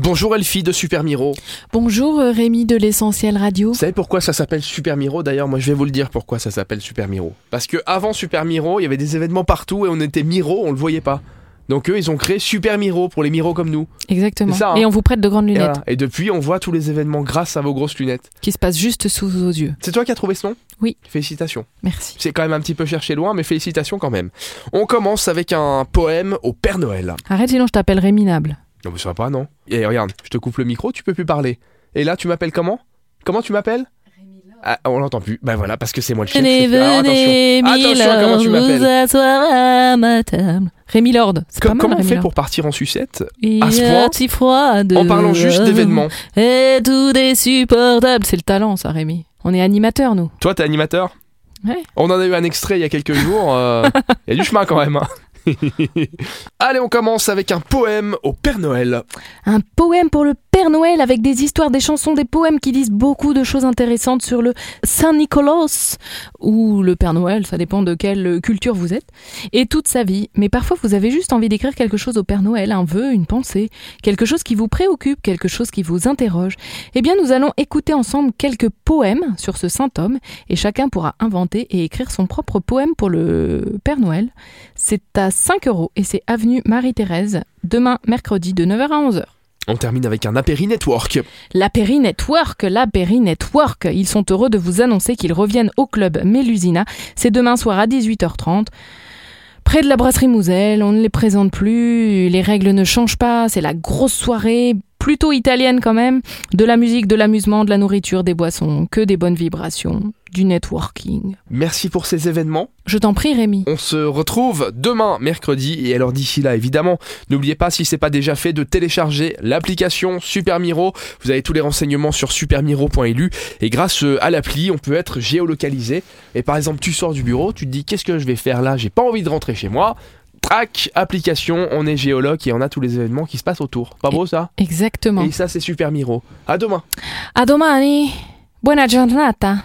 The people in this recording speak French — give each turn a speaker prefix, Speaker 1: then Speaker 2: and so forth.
Speaker 1: Bonjour Elfie de Super Miro.
Speaker 2: Bonjour euh, Rémi de l'Essentiel Radio.
Speaker 1: Vous savez pourquoi ça s'appelle Super Miro D'ailleurs, moi je vais vous le dire pourquoi ça s'appelle Super Miro. Parce que avant Super Miro, il y avait des événements partout et on était Miro, on le voyait pas. Donc eux, ils ont créé Super Miro pour les Miro comme nous.
Speaker 2: Exactement.
Speaker 1: C'est ça, hein.
Speaker 2: Et on vous prête de grandes
Speaker 1: Et,
Speaker 2: lunettes
Speaker 1: voilà. Et depuis, on voit tous les événements grâce à vos grosses lunettes.
Speaker 2: qui se passent juste sous vos yeux.
Speaker 1: C'est toi qui as trouvé ce nom
Speaker 2: Oui.
Speaker 1: Félicitations.
Speaker 2: Merci.
Speaker 1: C'est quand même un petit peu cherché loin, mais félicitations quand même. On commence avec un poème au Père Noël.
Speaker 2: Arrête sinon je t'appelle Réminable.
Speaker 1: Non, mais ça va pas, non Et regarde, je te coupe le micro, tu peux plus parler. Et là, tu m'appelles comment Comment tu m'appelles ah, on l'entend plus. Ben voilà, parce que c'est moi le chef. Alors, attention. Ah, Attention à
Speaker 2: Milord,
Speaker 1: comment tu m'appelles.
Speaker 2: vous asseoir à ma table. Rémi Lord, c'est
Speaker 1: Com-
Speaker 2: pas mal
Speaker 1: comment on
Speaker 2: Rémi
Speaker 1: fait
Speaker 2: Lord.
Speaker 1: pour partir en sucette
Speaker 2: Il
Speaker 1: à ce
Speaker 2: y
Speaker 1: point,
Speaker 2: a si froid
Speaker 1: en parlant juste
Speaker 2: dehors.
Speaker 1: d'événements
Speaker 2: euh, Et tout est supportable. C'est le talent ça Rémi. On est animateur nous.
Speaker 1: Toi, t'es animateur
Speaker 2: Ouais.
Speaker 1: On en a eu un extrait il y a quelques jours. euh, Il y a du chemin quand même. hein. Allez, on commence avec un poème au Père Noël.
Speaker 2: Un poème pour le Père Noël avec des histoires, des chansons, des poèmes qui disent beaucoup de choses intéressantes sur le Saint-Nicolas ou le Père Noël, ça dépend de quelle culture vous êtes, et toute sa vie. Mais parfois vous avez juste envie d'écrire quelque chose au Père Noël, un vœu, une pensée, quelque chose qui vous préoccupe, quelque chose qui vous interroge. Eh bien nous allons écouter ensemble quelques poèmes sur ce saint homme et chacun pourra inventer et écrire son propre poème pour le Père Noël. C'est à 5 euros et c'est avenue Marie-Thérèse, demain mercredi de 9h à 11h.
Speaker 1: On termine avec un apéri network.
Speaker 2: La Péri Network, la Péri Network, ils sont heureux de vous annoncer qu'ils reviennent au club Mélusina. C'est demain soir à 18h30. Près de la brasserie Mouselle, on ne les présente plus, les règles ne changent pas, c'est la grosse soirée, plutôt italienne quand même. De la musique, de l'amusement, de la nourriture, des boissons, que des bonnes vibrations, du networking.
Speaker 1: Merci pour ces événements.
Speaker 2: Je t'en prie Rémi.
Speaker 1: On se retrouve demain, mercredi. Et alors d'ici là, évidemment, n'oubliez pas, si c'est pas déjà fait, de télécharger l'application Super Miro. Vous avez tous les renseignements sur supermiro.lu. Et grâce euh, à l'appli, on peut être géolocalisé. Et par exemple, tu sors du bureau, tu te dis qu'est-ce que je vais faire là J'ai pas envie de rentrer chez moi. Trac, application, on est géologue et on a tous les événements qui se passent autour. Pas beau ça
Speaker 2: Exactement.
Speaker 1: Et ça, c'est Super Miro. À demain.
Speaker 2: A domani. Buona giornata.